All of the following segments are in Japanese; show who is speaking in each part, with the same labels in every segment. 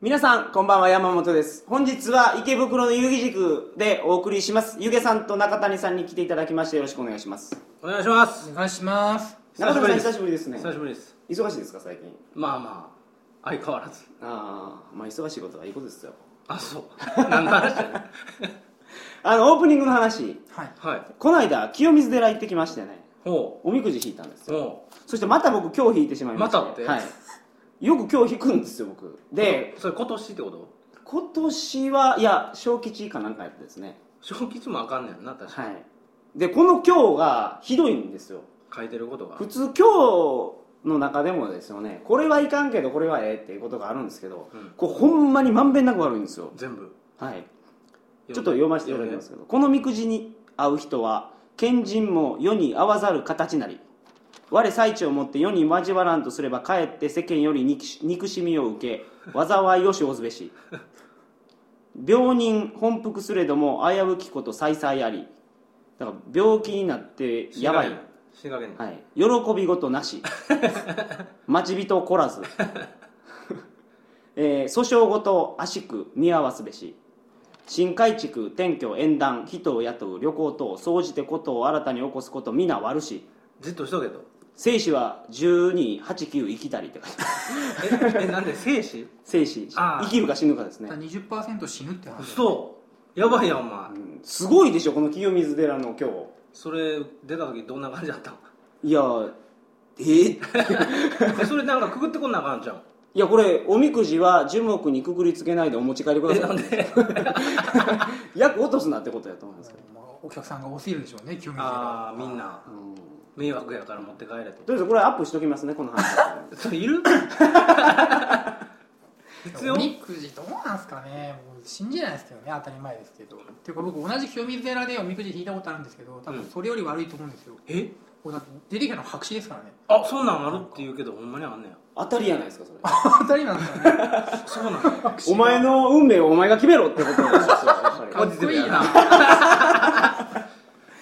Speaker 1: 皆さん、こんばんは、山本です。本日は池袋の遊戯塾でお送りします。湯気さんと中谷さんに来ていただきまして、よろしくお願いします。
Speaker 2: お願いします
Speaker 3: お願いします
Speaker 1: 中谷さん、久
Speaker 2: 久
Speaker 1: しぶりですね。
Speaker 2: 久しぶりです
Speaker 1: 忙しいですか、最近。
Speaker 2: まあまあ相変わらず
Speaker 1: ああ、まあ、忙しいことはいいことですよ。
Speaker 2: あそう何の話やねん
Speaker 1: あの、オープニングの話、
Speaker 3: はい
Speaker 2: はい
Speaker 1: この間、清水寺行ってきましてね、
Speaker 2: ほ
Speaker 1: おみくじ引いたんです
Speaker 2: う
Speaker 1: よ。
Speaker 2: ほ
Speaker 1: そして、また僕、今日引いてしまいました。
Speaker 2: またって
Speaker 1: はい。よく今日引くんですよ、僕。
Speaker 2: う
Speaker 1: で、
Speaker 2: それ今年ってこと
Speaker 1: 今年は、いや、小吉かなんかやったですね。
Speaker 2: 小吉もあかんねんな確か
Speaker 1: はい。で、この今日がひどいんですよ。
Speaker 2: 書いてることが
Speaker 1: 普通今日の中でもですよねこれはいかんけどこれはええっていうことがあるんですけど、
Speaker 2: うん
Speaker 1: こうほんまにまんべんなく悪いんですよ
Speaker 2: 全部
Speaker 1: はいちょっと読ませていただきますけどこのみくじに合う人は賢人も世に合わざる形なり我最地をもって世に交わらんとすればかえって世間より憎し憎しみを受け災いを生ずべし病人本服すれども危うきこと再々ありだから病気になって
Speaker 2: 死
Speaker 1: やば
Speaker 2: 神
Speaker 1: い
Speaker 2: 死神ね
Speaker 1: はい、喜び事な し待ち人来らず、えー訴訟事悪しく見合わすべし新改築転居縁談人を雇う旅行等総じてことを新たに起こすこと皆悪し
Speaker 2: じっとしとけと
Speaker 1: 生死は1289生きたりって書いてある
Speaker 2: ええ なんで生死
Speaker 1: 生死
Speaker 2: あー
Speaker 1: 生きるか死ぬかですね、
Speaker 3: 20%死ぬって話
Speaker 2: そうやばいやんお前
Speaker 1: うんすごいでしょこの清水寺の今
Speaker 2: それ出た時どんな感じだったん
Speaker 1: 日いやーえー、
Speaker 2: えそれなんかくぐってこんなあかんじゃん
Speaker 1: いやこれおみくじは樹木にくくりつけないでお持ち帰りくだ
Speaker 2: え
Speaker 1: さい
Speaker 2: なんで
Speaker 1: 役落とすなってことやと思うんですけど、
Speaker 3: まあお客さんが多すぎるでしょうね清水寺は
Speaker 2: ああみんな
Speaker 1: うん
Speaker 2: 迷惑やから持って帰れと
Speaker 1: とりあえずこれアップしときますねこの話
Speaker 2: それ いる必要
Speaker 3: おみくじどうなんすかねもう信じないですけどね当たり前ですけどっていうか僕同じ清水寺でおみくじ引いたことあるんですけど多分それより悪いと思うんですよ、
Speaker 2: え
Speaker 3: これだって出てきたの白紙ですからね
Speaker 2: あそんなんあるって言うけどほんまにあんねや
Speaker 1: 当たりやないですかそれ
Speaker 3: 当たりなんですかね
Speaker 2: そうなんや
Speaker 1: お前の運命をお前が決めろってことなんですよやっぱ
Speaker 3: かっこいい な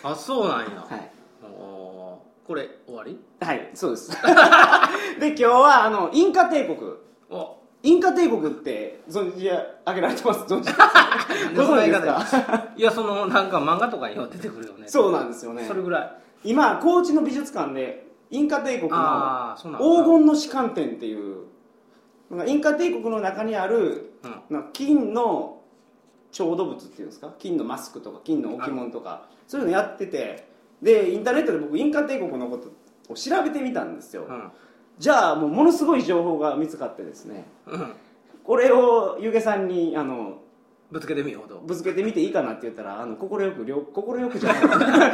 Speaker 2: あそうなんや、
Speaker 1: りはい、
Speaker 2: おーこれ終わり
Speaker 1: はい、そうです で今日はあのインカ帝国
Speaker 2: お
Speaker 1: インカ帝国って存じ上げられてます存じ ご存知ですか
Speaker 2: いやそのなんか漫画とかには出てくるよね
Speaker 1: そうなんですよね
Speaker 2: それぐらい
Speaker 1: 今高知の美術館でインカ帝国の
Speaker 2: ああそうなん
Speaker 1: 黄金の士官展っていうなんかインカ帝国の中にある
Speaker 2: うん
Speaker 1: なんか金の調度物っていうんですか金のマスクとか金の置物とかそういうのやっててでインターネットで僕インカ帝国のことを調べてみたんですよ、
Speaker 2: うん
Speaker 1: じゃあもうものすごい情報が見つかってですね
Speaker 2: うん
Speaker 1: これをゆげさんにあの
Speaker 2: ぶつけてみよ うと
Speaker 1: ぶつけてみていいかなって言ったらあの快く了快くじ ゃない
Speaker 3: まあま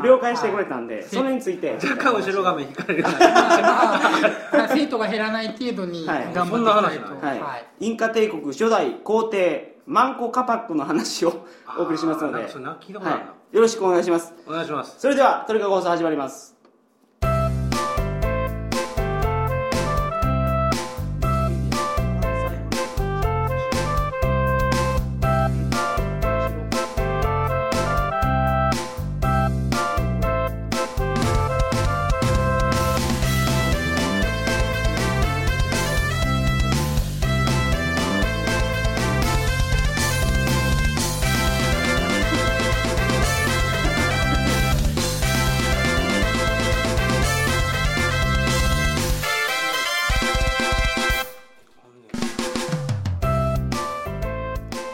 Speaker 3: あ
Speaker 1: 了解してくれた
Speaker 3: ま
Speaker 1: んでそれについて
Speaker 2: 若干後ろ画面引かれるよね
Speaker 3: あまあ 生徒が減らない程度に
Speaker 1: はい
Speaker 3: 頑張っていかないと
Speaker 2: そんな話な
Speaker 1: はいインカ帝国初代皇帝マンコカパックの話を お送りしますので、
Speaker 2: あーなんかそれな聞いたことあるな
Speaker 1: はいよろしくお願いします
Speaker 2: お願いします
Speaker 1: それではトリカゴ放送始まります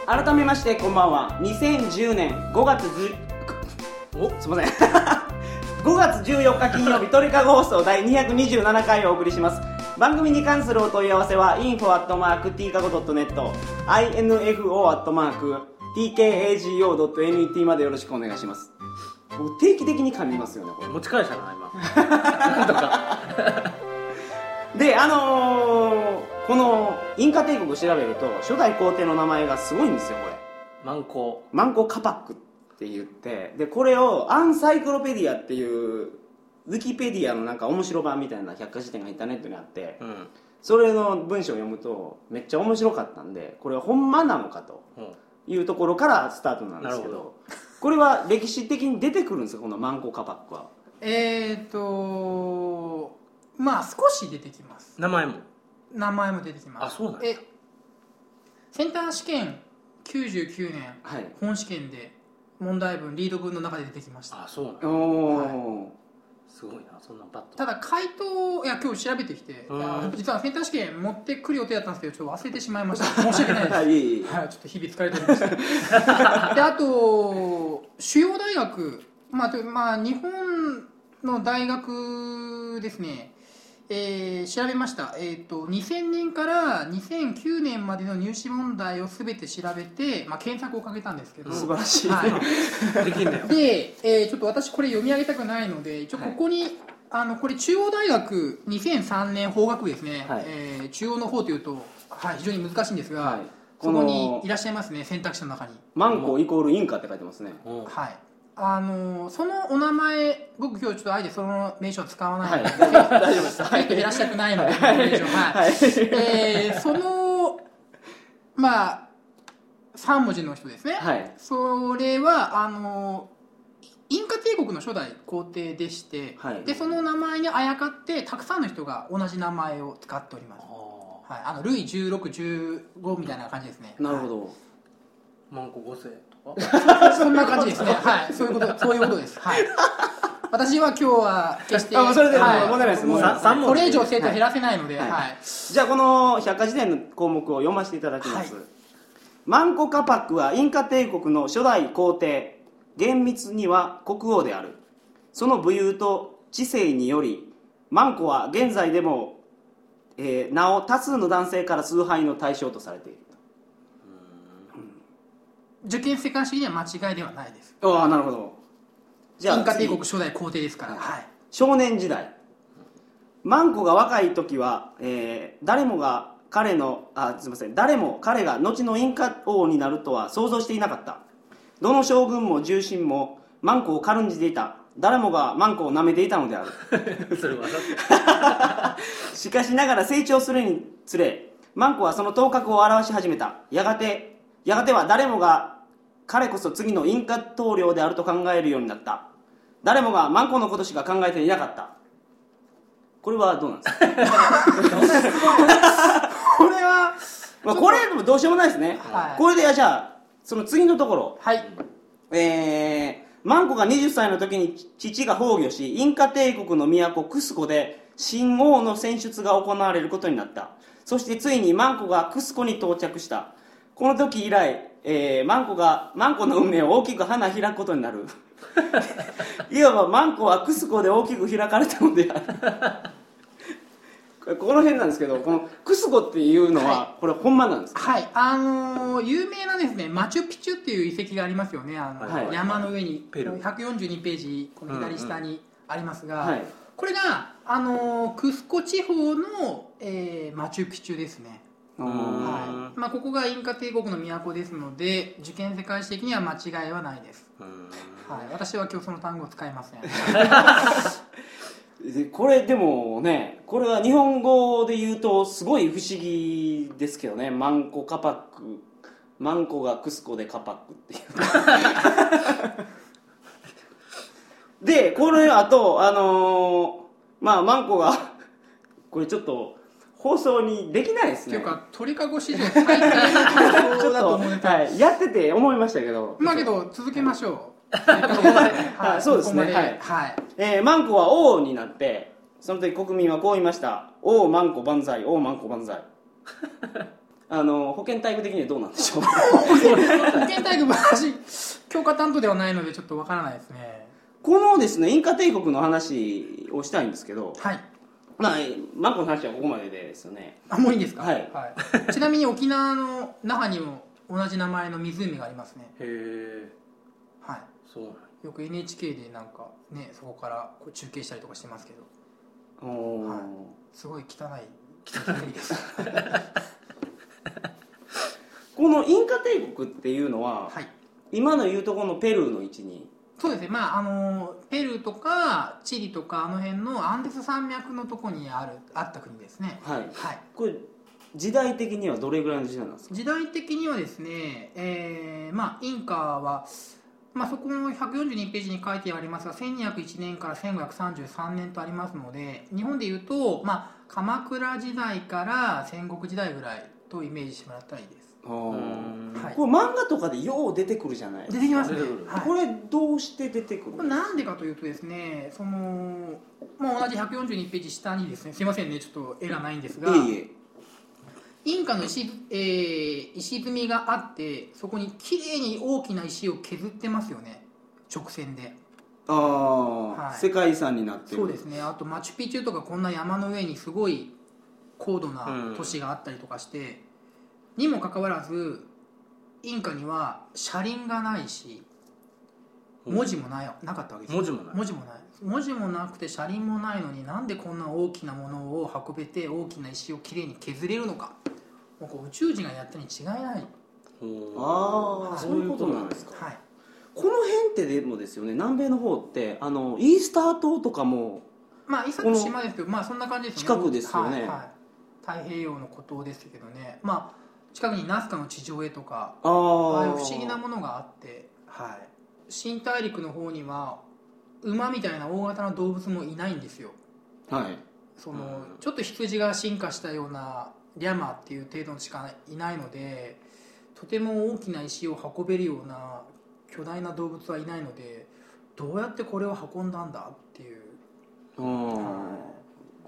Speaker 1: 改めましてこんばんは2010年5月10
Speaker 2: お
Speaker 1: すいません 5月14日金曜日トリカゴ放送第227回をお送りします番組に関するお問い合わせは info.tkago.net info.tkago.net までよろしくお願いします僕定期的に噛みますよねこれ
Speaker 2: 持ち返したな 今
Speaker 1: であのーこのインカ帝国を調べると初代皇帝の名前がすごいんですよこれ
Speaker 2: マンコ
Speaker 1: マンコカパックって言ってでこれをアンサイクロペディアっていうウィキペディアのなんか面白版みたいな百科事典がインターネットにあって
Speaker 2: うん
Speaker 1: それの文章を読むとめっちゃ面白かったんでこれはほんまなのかと
Speaker 2: うん
Speaker 1: いうところからスタートなんですけど
Speaker 2: なるほど
Speaker 1: これは歴史的に出てくるんですかこのマンコカパックは
Speaker 3: えー、とまあ少し出てきます
Speaker 2: 名前も
Speaker 3: 名前も出てきます
Speaker 2: あそうなんや
Speaker 3: えセンター試験99年
Speaker 1: はい
Speaker 3: 本試験で問題文リード文の中で出てきました
Speaker 2: あそうな
Speaker 1: お
Speaker 2: の
Speaker 1: お、
Speaker 2: すごいなそんなんパッと
Speaker 3: ただ回答いや今日調べてきて
Speaker 2: うん
Speaker 3: あ実はセンター試験持ってくる予定だったんですけどちょっと忘れてしまいました申し訳ないです
Speaker 1: はいいいいい
Speaker 3: はい、ちょっと日々疲れておりま した。で、あと、主要大学、まあ、とまあ、日本の大学ですね、えー調べました。えっ、と、2000年から2009年までの入試問題をすべて調べて、まあ、検索をかけたんですけど、
Speaker 1: 素晴らしい、
Speaker 3: はい、
Speaker 2: できん だよ
Speaker 3: で、えーちょっと私これ読み上げたくないので、一応ここに、あの、これ中央大学2003年法学部ですね、
Speaker 1: はい
Speaker 3: えー中央の方というと、はい、非常に難しいんですが、
Speaker 1: はい
Speaker 3: そ
Speaker 1: こ
Speaker 3: こに
Speaker 1: の
Speaker 3: いらっしゃいますね選択肢の中に
Speaker 1: マンコイコールインカって書いてますね
Speaker 2: うん
Speaker 3: はいあのーそのお名前僕今日ちょっとあえてその名称使わ
Speaker 1: は
Speaker 3: ない
Speaker 1: い
Speaker 3: ので、
Speaker 1: 大丈夫ですはい
Speaker 3: い、らっしゃくないので、
Speaker 1: はい
Speaker 3: 名称はい、えーそのまあ3文字の人ですね、
Speaker 1: はい
Speaker 3: それはあのーインカ帝国の初代皇帝でして、
Speaker 1: はい
Speaker 3: でその名前にあやかってたくさんの人が同じ名前を使っております、
Speaker 2: あ
Speaker 3: はい、あのルイ1615みたいな感じですね
Speaker 1: なる
Speaker 3: はい
Speaker 1: ほど
Speaker 2: あマンコ五世とか
Speaker 3: そんな感じですね。はい、そういうこと、そういうことです。はい。私は今日は決して、
Speaker 1: あそれで
Speaker 3: はい
Speaker 1: 問題ないです問題ない
Speaker 2: さ三問
Speaker 3: これ以上生徒減らせないので、
Speaker 1: は
Speaker 3: はいい。
Speaker 1: じゃあこの百科事典の項目を読ませていただきます、
Speaker 3: はい
Speaker 1: マンコカパックはインカ帝国の初代皇帝厳密には国王であるその武勇と知性によりマンコは現在でも、えーなお多数の男性から崇拝の対象とされている
Speaker 3: 受験世界史には間違いではないです。
Speaker 1: ああなるほど
Speaker 3: インカ帝国
Speaker 1: 次
Speaker 3: 初代皇帝ですから、はい。
Speaker 1: 少年時代マンコが若い時は、えー誰もが彼のあすいません誰も彼が後のインカ王になるとは想像していなかったどの将軍も重臣もマンコを軽んじていた誰もがマンコを舐めていたのである
Speaker 2: それわざと
Speaker 1: しかしながら成長するにつれマンコはその頭角を現し始めたやがてやがては誰もが彼こそ次のインカ統領であると考えるようになった誰もがマンコのことしか考えていなかったこれはどうなんですか
Speaker 3: これは、
Speaker 1: まあ、これでもどうしようもないですね、
Speaker 3: はい
Speaker 1: これでじゃあその次のところ
Speaker 3: はい。
Speaker 1: えー、マンコが20歳の時に父が崩御しインカ帝国の都クスコで新王の選出が行われることになったそしてついにマンコがクスコに到着したこの時以来、えーマンコがマンコの運命を大きく花開くことにな るいわばマンコはクスコで大きく開かれたのであるこれここの辺なんですけどこのクスコっていうのは、
Speaker 3: は
Speaker 1: これほんまなんですか
Speaker 3: はい。あのー有名なですね、マチュピチュっていう遺跡がありますよね。あの、
Speaker 1: はい
Speaker 3: 山の上に、
Speaker 2: ペルー
Speaker 3: 142ページ、この左下にありますが、
Speaker 1: はい
Speaker 3: これが、あのークスコ地方の、えーマチュピチュですね。
Speaker 1: う
Speaker 2: うん
Speaker 1: ん
Speaker 3: はいまあ、ここがインカ帝国の都ですので受験世界史的には間違いはないです、
Speaker 2: うん
Speaker 3: はい、私は今日その単語を使いません
Speaker 1: でこれでもねこれは日本語で言うとすごい不思議ですけどねマンコカパックマンコがクスコでカパックっていう でこれあとあのーまあマンコがこれちょっと放送にできないです
Speaker 3: と
Speaker 1: ね
Speaker 3: いうか鳥かご史上最大の単
Speaker 1: ちょっ
Speaker 3: 語だ
Speaker 1: と、
Speaker 3: と思うんです
Speaker 1: はい、やってて思いましたけど
Speaker 3: まあけど続けましょう
Speaker 1: はいそうですね
Speaker 3: ここま
Speaker 1: はい
Speaker 3: はい
Speaker 1: えーマンコは王になってその時国民はこう言いました「王マンコ万歳王マンコ万 歳」あの保健体育的にはどうなんでしょう
Speaker 3: 保健体育も私教科担当ではないのでちょっとわからないですね
Speaker 1: このですねインカ帝国の話をしたいんですけど、
Speaker 3: はい
Speaker 1: まあ、えーマンコの話はここまでですよね
Speaker 3: あもういいんですか、
Speaker 1: はい
Speaker 3: ちなみに沖縄の那覇にも同じ名前の湖がありますね
Speaker 2: へえ
Speaker 3: はい
Speaker 2: そうなんや
Speaker 3: よく NHK でなんかねそこからこう中継したりとかしてますけど
Speaker 1: おー
Speaker 3: はいすごい汚い汚い です
Speaker 1: このインカ帝国っていうのは、
Speaker 3: はい
Speaker 1: 今の言うとこのペルーの位置に
Speaker 3: そうですねまああのペルーとかチリとかあの辺のアンデス山脈のとこにあるあった国ですね
Speaker 1: はい
Speaker 3: はい
Speaker 1: これ時代的にはどれぐらいの時代なんですか
Speaker 3: 時代的にはですねえーまあインカはまあ、そこの142ページに書いてありますが1201年から1533年とありますので日本でいうと、まあ、鎌倉時代から戦国時代ぐらいとイメージしてもらったらいいです
Speaker 1: あー
Speaker 2: ん
Speaker 3: はい
Speaker 1: これ漫画とかでよう出てくるじゃない
Speaker 3: 出てきますね
Speaker 2: 出てくる
Speaker 3: はい
Speaker 1: これどうして出てくる
Speaker 3: これなんでかというとですねその、まあ、同じ142ページ下にですねすいませんねちょっと絵がないんですが
Speaker 1: いえいえ
Speaker 3: インカの石,、えー石積みがあってそこに綺麗に大きな石を削ってますよね直線で
Speaker 1: ああ、
Speaker 3: はい
Speaker 1: 世界遺産になってる
Speaker 3: そうですねあとマチュピチュとかこんな山の上にすごい高度な都市があったりとかして、にもかかわらずインカには車輪がないし
Speaker 2: うん
Speaker 3: 文字もないなかったわけですよ
Speaker 2: 文字もない
Speaker 3: 文字もない文字もなくて車輪もないのになんでこんな大きなものを運べて大きな石をきれいに削れるのかもうこう宇宙人がやったに違いない、
Speaker 1: ああ
Speaker 3: はい
Speaker 1: そういうことなんですか
Speaker 3: はい、
Speaker 1: この辺ってでもですよね南米の方ってあのイースター島とかも
Speaker 3: まあ伊佐の島ですけどまあそんな感じですよね
Speaker 1: 近くですよね
Speaker 3: はいはい、太平洋の孤島ですけどねまあ近くにナスカの地上絵とか
Speaker 1: あ
Speaker 3: あ
Speaker 1: あ
Speaker 3: あいう不思議なものがあって、はい、新大陸の方には馬みたいな大型の動物もいないんですよ
Speaker 1: はい
Speaker 3: その
Speaker 2: うん
Speaker 3: ちょっと羊が進化したようなリャマーっていう程度しかいないのでとても大きな石を運べるような巨大な動物はいないのでどうやってこれを運んだんだっていう
Speaker 1: あーこ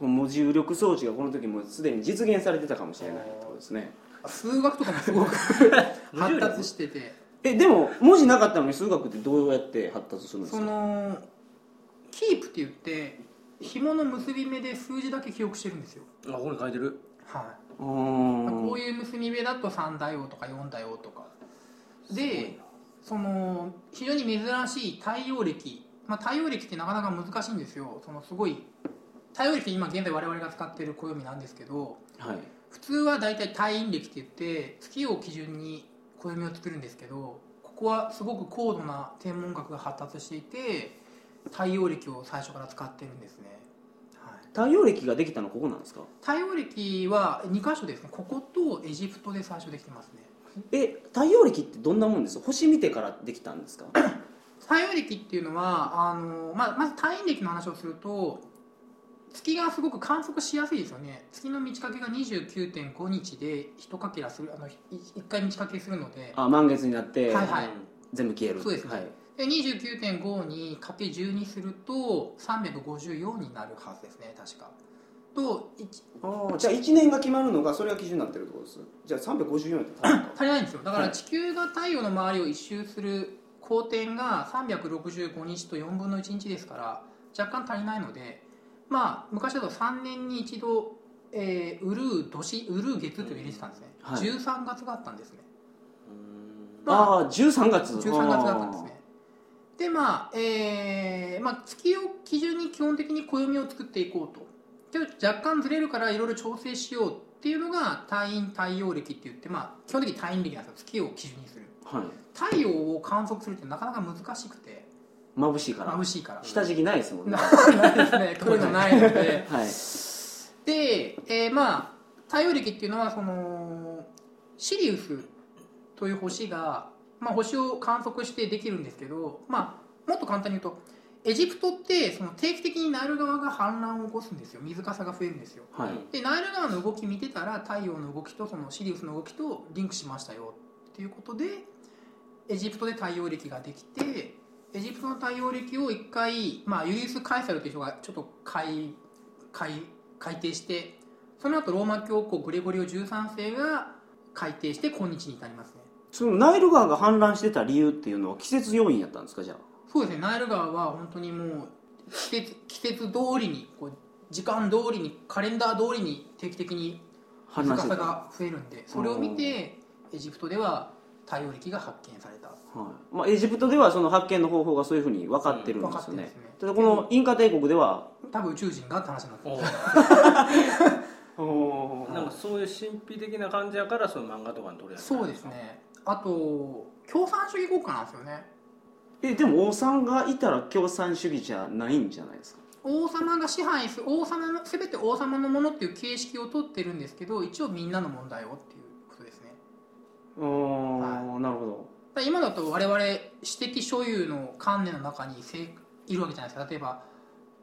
Speaker 1: の文字入力装置がこの時もうすでに実現されてたかもしれないってことですね
Speaker 3: 数学とかもすご く発達してて
Speaker 1: えでも文字なかったのに数学ってどうやって発達するんです
Speaker 3: そ
Speaker 1: か
Speaker 3: のキープって言って紐の結び目で数字だけ記憶してるんですよ
Speaker 2: あここに書いてる
Speaker 3: はい
Speaker 1: あ
Speaker 3: まあこう
Speaker 1: ー
Speaker 3: いう結び目だと3だよとか4だよとかでその非常に珍しい太陽暦、まあ、太陽暦ってなかなか難しいんですよそのすごい太陽暦今現在我々が使っている暦なんですけど
Speaker 1: はい
Speaker 3: 普通は大体太陰暦って言って月を基準に暦を作るんですけどここはすごく高度な天文学が発達していて太陽暦を最初から使ってるんですね、はい、
Speaker 1: 太陽暦ができたのここなんですか
Speaker 3: 太陽暦は2箇所ですねこことエジプトで最初できてますね
Speaker 1: え太陽暦ってどんなもんですか星見てからできたんです か
Speaker 3: 太陽暦っていうのはあの、まあ、まず太陰暦の話をすると月がすごく観測しやすいですよね月の満ち欠けが29.5日で1かけらするあの1回満ち欠けするので
Speaker 1: あ満月になって、
Speaker 3: はいはい
Speaker 1: 全部消える
Speaker 3: そうですね
Speaker 1: はい、
Speaker 3: で29.5にかけ10にすると354になるはずですね確かといち
Speaker 1: あーじゃあ1年が決まるのがそれが基準になってるってことですじゃあ354やったら
Speaker 3: 足りないんですよだか
Speaker 1: は
Speaker 3: ら
Speaker 1: い
Speaker 3: 地球が太陽の周りを一周する公転が365日と4分の1日ですから若干足りないのでまあ昔だと3年に一度、えー、ウルー年ウルー月というのを入れてたんですね、
Speaker 1: うんはい
Speaker 3: 13月があったんですね
Speaker 2: うん
Speaker 3: ま
Speaker 1: ああ13月
Speaker 3: 13月があったんですねでまあえーまあ、月を基準に基本的に暦を作っていこうとけど若干ずれるからいろいろ調整しようっていうのが太陰太陽暦って言って、まあ、基本的に太陰暦なんですよ月を基準にする
Speaker 1: あーはい
Speaker 3: 太陽を観測するってなかなか難しくて
Speaker 1: 眩しいから
Speaker 3: 眩しいから
Speaker 1: 下敷きないですもんね
Speaker 3: な
Speaker 1: は
Speaker 3: ないですねこういうのないので
Speaker 1: い
Speaker 3: で、えーまあ太陽暦っていうのはそのシリウスという星が、まあ、星を観測してできるんですけど、まあ、もっと簡単に言うとエジプトってその定期的にナイル川が氾濫を起こすんですよ水かさが増えるんですよ
Speaker 1: はい
Speaker 3: でナイル川の動き見てたら太陽の動きとそのシリウスの動きとリンクしましたよっていうことでエジプトで太陽暦ができてエジプトの太陽暦を一回、まあ、ユリウス・カエサルという人がちょっと改改改定してその後ローマ教皇グレゴリオ13世が改定して今日に至りますね
Speaker 1: そのナイル川が氾濫してた理由っていうのは季節要因やったんですかじゃあ
Speaker 3: そうですねナイル川は本当にもう季節季節通りにこう時間通りにカレンダー通りに定期的に
Speaker 1: 氾濫して
Speaker 3: さ
Speaker 1: た、は
Speaker 3: が増えるんでそれを見てエジプトでは太陽暦が発見された
Speaker 1: いまあ、エジプトではその発見の方法がそういうふうに分かってるん
Speaker 3: 分
Speaker 1: で
Speaker 3: か
Speaker 1: す
Speaker 3: って
Speaker 1: よ
Speaker 3: るん
Speaker 1: ね,、
Speaker 3: ですね
Speaker 1: ただこのインカ帝国では
Speaker 3: 多分宇宙人がって話になって
Speaker 2: お
Speaker 3: ま
Speaker 2: う
Speaker 3: す
Speaker 2: なんかそういう神秘的な感じやからそういう漫画とかに取り上げた
Speaker 3: そうですねあと共産主義国家なんですよね
Speaker 1: えでも王さんがいたら共産主義じゃないんじゃないですか
Speaker 3: 王様が支配する王様の全て王様のものっていう形式を取ってるんですけど一応みんなの問題をっていうことですね
Speaker 1: ああ、なるほど
Speaker 3: だ今だと我々私的所有の観念の中にせいるわけじゃないですか例えば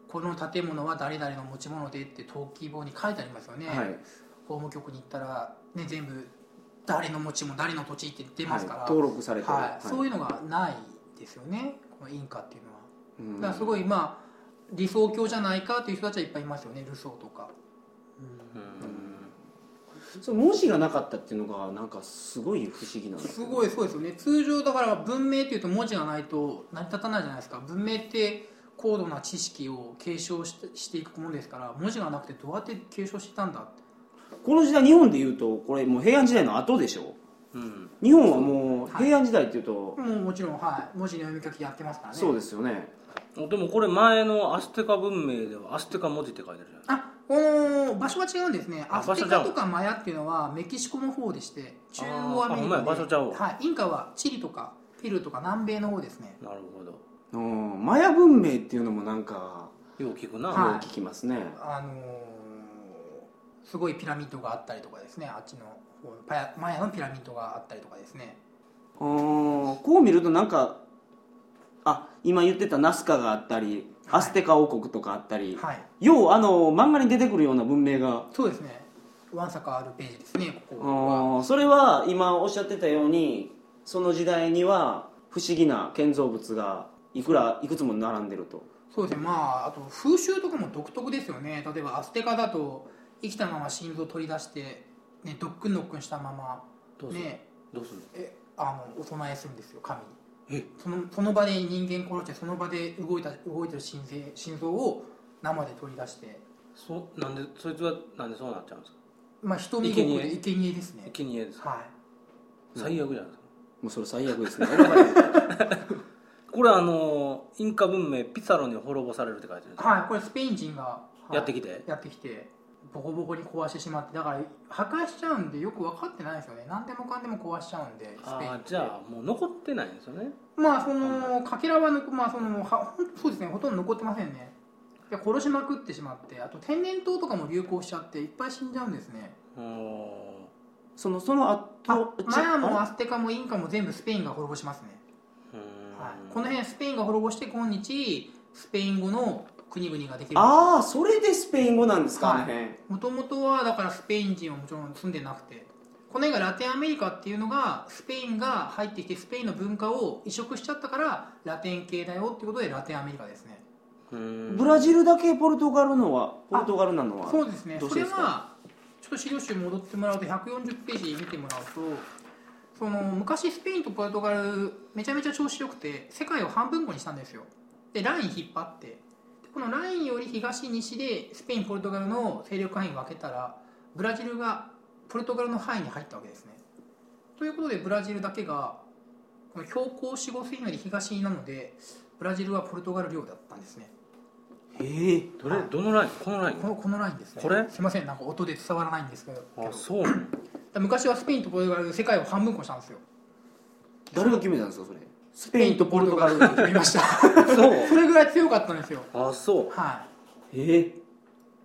Speaker 3: この建物は誰々の持ち物でって登記簿に書いてありますよね、
Speaker 1: はい
Speaker 3: 法務局に行ったら、ね、全部誰の持ち物誰の土地って出ますから、
Speaker 1: はい登録されてる
Speaker 3: はい
Speaker 1: はい
Speaker 3: そういうのがないですよねこのインカっていうのは、
Speaker 1: うん
Speaker 3: だからすごいまあ理想郷じゃないかという人たちはいっぱいいますよねルソーとか、うん
Speaker 1: そう文字がなかったっていうのがなんかすごい不思議なんですす
Speaker 3: ごいそうですよね通常だから文明っていうと文字がないと成り立たないじゃないですか文明って高度な知識を継承してしていくものですから文字がなくてどうやって継承してたんだって
Speaker 1: この時代日本でいうとこれもう平安時代の後でしょ
Speaker 2: うん
Speaker 1: 日本はも
Speaker 3: そう
Speaker 1: う
Speaker 3: はい
Speaker 1: 平安時代っていうと
Speaker 3: もうもちろんはい文字の読み書きやってますからね
Speaker 1: そうですよね
Speaker 2: うんでもこれ前のアステカ文明ではアステカ文字って書いてあるじゃない
Speaker 3: あこの場所が違うんですね
Speaker 2: あ
Speaker 3: アステ
Speaker 2: 場所ちゃ
Speaker 3: カ
Speaker 2: う
Speaker 3: とかマヤっていうのはメキシコの方でして中央アメリ
Speaker 2: あーあほんまや
Speaker 3: カ
Speaker 2: 場所ちゃう
Speaker 3: で、
Speaker 2: わ
Speaker 3: はい、インカはチリとかペルーとか南米の方ですね
Speaker 2: なるほど
Speaker 1: うんマヤ文明っていうのもなんか
Speaker 2: よう聞くな、
Speaker 3: はい
Speaker 1: よく聞きますね、
Speaker 3: あのーすごいピラミッドがあったりとかですねあっちの方パヤマヤのピラミッドがあったりとかですね
Speaker 1: あーこう見るとなんかあ今言ってたナスカがあったり
Speaker 3: はい
Speaker 1: アステカ王国とかあったり、
Speaker 3: はい
Speaker 1: ようあの漫画に出てくるような文明が
Speaker 3: そうですねワンサカあるページですねここは
Speaker 1: あーそれは今おっしゃってたようにその時代には不思議な建造物がいくらいくつも並んでると
Speaker 3: そうですねまああと風習とかも独特ですよね例えばアステカだと生きたまま心臓取り出して、ね、ドックンドックンしたま
Speaker 2: ど
Speaker 3: ま
Speaker 2: うする
Speaker 3: ね
Speaker 2: どうすんの
Speaker 3: えあのお供えするんですよ神に
Speaker 2: え
Speaker 3: そのその場で人間殺してその場で動いた動いてる心臓心臓を生で取り出して
Speaker 2: そなんでそいつはなんでそうなっちゃうんですか
Speaker 3: まあ瞳国で
Speaker 2: 生
Speaker 3: 生贄ですね
Speaker 2: 生贄ですか
Speaker 3: は
Speaker 2: 最悪じゃないですか
Speaker 1: もうそれ最悪 ですね選ばれない
Speaker 2: これあのインカ文明ピサロに滅ぼされるって書いてあるんで
Speaker 3: い、
Speaker 2: すよ
Speaker 3: はい、これスペイン人が、はい
Speaker 2: やってきて
Speaker 3: やってきてボコボコに壊してしまってだから破壊しちゃうんでよく分かってないですよね何でもかんでも壊しちゃうんでスペイン
Speaker 2: ああ
Speaker 3: って
Speaker 2: じゃあもう残ってないんですよね
Speaker 3: まあそのかけらはのまあそのはほんそうですねほとんど残ってませんねで殺しまくってしまってあと天然痘とかも流行しちゃっていっぱい死んじゃうんですね
Speaker 2: うーん
Speaker 1: そのそのあ
Speaker 3: あ
Speaker 1: と
Speaker 3: マヤも
Speaker 1: あ
Speaker 3: アステカもインカも全部スペインが滅ぼしますね、
Speaker 2: うーん
Speaker 3: はい、この辺スペインが滅ぼして今日スペイン語の国々ができる
Speaker 1: あーそれでスペイン語なんですか、
Speaker 3: はい
Speaker 1: あの辺
Speaker 3: もともとはだからスペイン人はもちろん住んでなくてこの辺がラテンアメリカっていうのがスペインが入ってきてスペインの文化を移植しちゃったからラテン系だよっていうことでラテンアメリカですね
Speaker 2: うーん
Speaker 1: ブラジルだけポルトガルのはポルトガルなのは
Speaker 3: そうですね
Speaker 1: どうし
Speaker 3: そ
Speaker 1: て
Speaker 3: れ
Speaker 1: ですか
Speaker 3: はちょっと資料集戻ってもらうと140ページ見てもらうとその昔スペインとポルトガルめちゃめちゃ調子よくて世界を半分後にしたんですよでライン引っ張ってでこのラインより東西でスペインポルトガルの勢力範囲を分けたらブラジルがポルトガルの範囲に入ったわけですねということでブラジルだけがこの標高4 5千より東なのでブラジルはポルトガル領だったんですね
Speaker 1: ええ
Speaker 2: どれどのラインこのライン
Speaker 3: このこのラインですね
Speaker 2: これ
Speaker 3: すいませんなんか音で伝わらないんですけど
Speaker 2: あそうなの
Speaker 3: だ昔はスペインとポルトガルで世界を半分こしたんですよ
Speaker 1: 誰が決めたんですかそれス
Speaker 3: ス
Speaker 1: ペインとポルトガル
Speaker 3: ペインとポルトガルで決めました
Speaker 1: そう
Speaker 3: それぐらい強かったんですよ
Speaker 2: あそう
Speaker 3: は
Speaker 1: ええ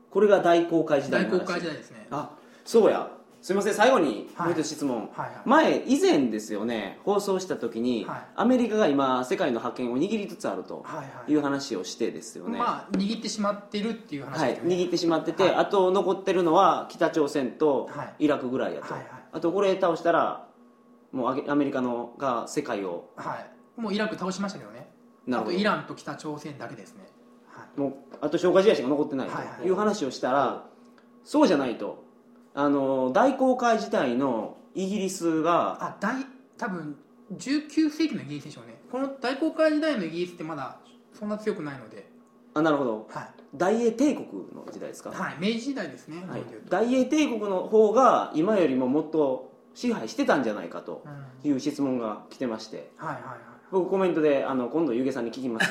Speaker 1: これが大航海
Speaker 3: い
Speaker 1: 時代
Speaker 3: 大
Speaker 1: の
Speaker 3: 航
Speaker 1: 話
Speaker 3: 海時代ですね
Speaker 1: あそうやすいません最後に
Speaker 3: はい
Speaker 1: もう一つ質問、
Speaker 3: はいはい
Speaker 1: 前以前ですよね放送した時に、
Speaker 3: はい
Speaker 1: アメリカが今世界の覇権を握りつつあると
Speaker 3: はいはい
Speaker 1: いう話をしてですよね、
Speaker 3: まあ握ってしまってるっていう話
Speaker 1: は
Speaker 3: で
Speaker 1: い、
Speaker 3: すよね、
Speaker 1: 握ってしまってて、
Speaker 3: はい
Speaker 1: あと残ってるのは北朝鮮と
Speaker 3: はい
Speaker 1: イラクぐらいやと、
Speaker 3: はいはい
Speaker 1: あとこれ倒したらもうあげアメリカのが世界を
Speaker 3: はいもうイラク倒しましたけどね
Speaker 1: なる
Speaker 3: あ
Speaker 1: ほ
Speaker 3: と
Speaker 1: ど
Speaker 3: イランと北朝鮮だけですね、はい、
Speaker 1: もうあと消化試合しか残ってない
Speaker 3: はいは
Speaker 1: と
Speaker 3: い
Speaker 1: いう話をしたら、そうじゃないとあの大航海時代のイギリスが
Speaker 3: あ大多分19世紀のイギリスでしょうねこの大航海時代のイギリスってまだそんな強くないので、
Speaker 1: あなるほど
Speaker 3: はい
Speaker 1: 大英帝国の時代ですか、
Speaker 3: はい、明治時代ですね、
Speaker 1: はい
Speaker 3: 日本でいうと
Speaker 1: 大英帝国の方が今よりももっと支配してたんじゃないかと
Speaker 3: うんはい
Speaker 1: いう質問が来てまして
Speaker 3: はいはい
Speaker 1: 僕コメントであの今度ゆげさんに聞き ます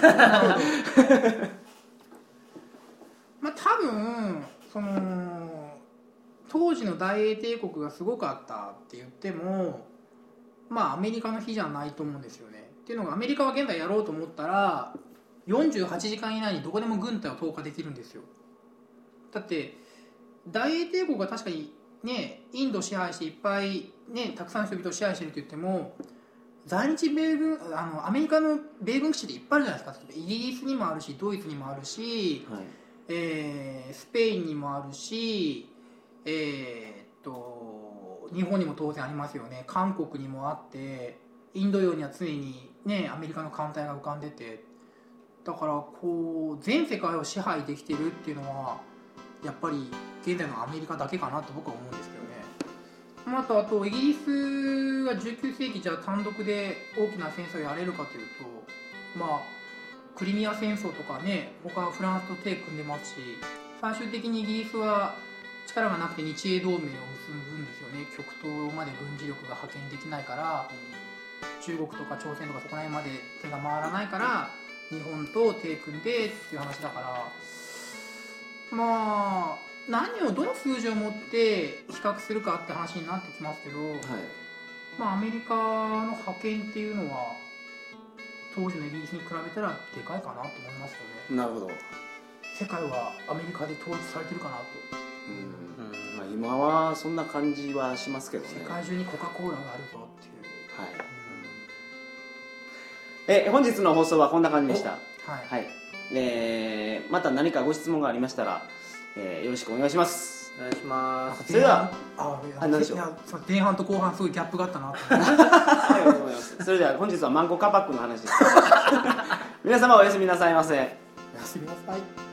Speaker 3: まあ多分その当時の大英帝国がすごかったって言ってもまあアメリカの比じゃないと思うんですよねっていうのがアメリカは現在やろうと思ったら48時間以内にどこでも軍隊を投下できるんですよだって大英帝国が確かにねインド支配していっぱいねたくさんの人々を支配してるって言っても在日米軍あのアメリカの米軍基地でいっぱいあるじゃないですかイギリスにもあるしドイツにもあるし、
Speaker 1: はい
Speaker 3: えースペインにもあるしえーっと日本にも当然ありますよね韓国にもあってインド洋には常にねアメリカの艦隊が浮かんでてだからこう全世界を支配できてるっていうのはやっぱり現在のアメリカだけかなと僕は思うんですけどね。まあ、あとあとイギリスが19世紀じゃあ単独で大きな戦争をやれるかというとまあクリミア戦争とかね他はフランスと手組んでますし最終的にイギリスは力がなくて日英同盟を結ぶんですよね極東まで軍事力が派遣できないから中国とか朝鮮とかそこら辺まで手が回らないから日本と手組んでっていう話だからまあ何をどの数字を持って比較するかって話になってきますけど、まあ、アメリカの派遣っていうのは当時のイギリスに比べたらでかいかなと思いますよね
Speaker 1: なるほど、
Speaker 3: 世界はアメリカで統一されてるかなと、
Speaker 1: うん
Speaker 2: うん
Speaker 1: まあ、今はそんな感じはしますけどね
Speaker 3: 世界中にコカ・コーラがあるぞっていう、
Speaker 1: はい、
Speaker 3: う
Speaker 1: え本日の放送はこんな感じでした
Speaker 3: んは
Speaker 1: は
Speaker 3: い、
Speaker 1: い、えーまた何かご質問がありましたら、えーよろしくお願いします
Speaker 2: お願いします
Speaker 1: それでは
Speaker 3: あいや
Speaker 1: あ何でしょう
Speaker 3: いやそう前半と後半すごいギャップがあったなと思って
Speaker 1: ありがとうございます それでは 本日はマンゴーカパックの話です皆様おやすみなさいませ
Speaker 3: おやすみなさい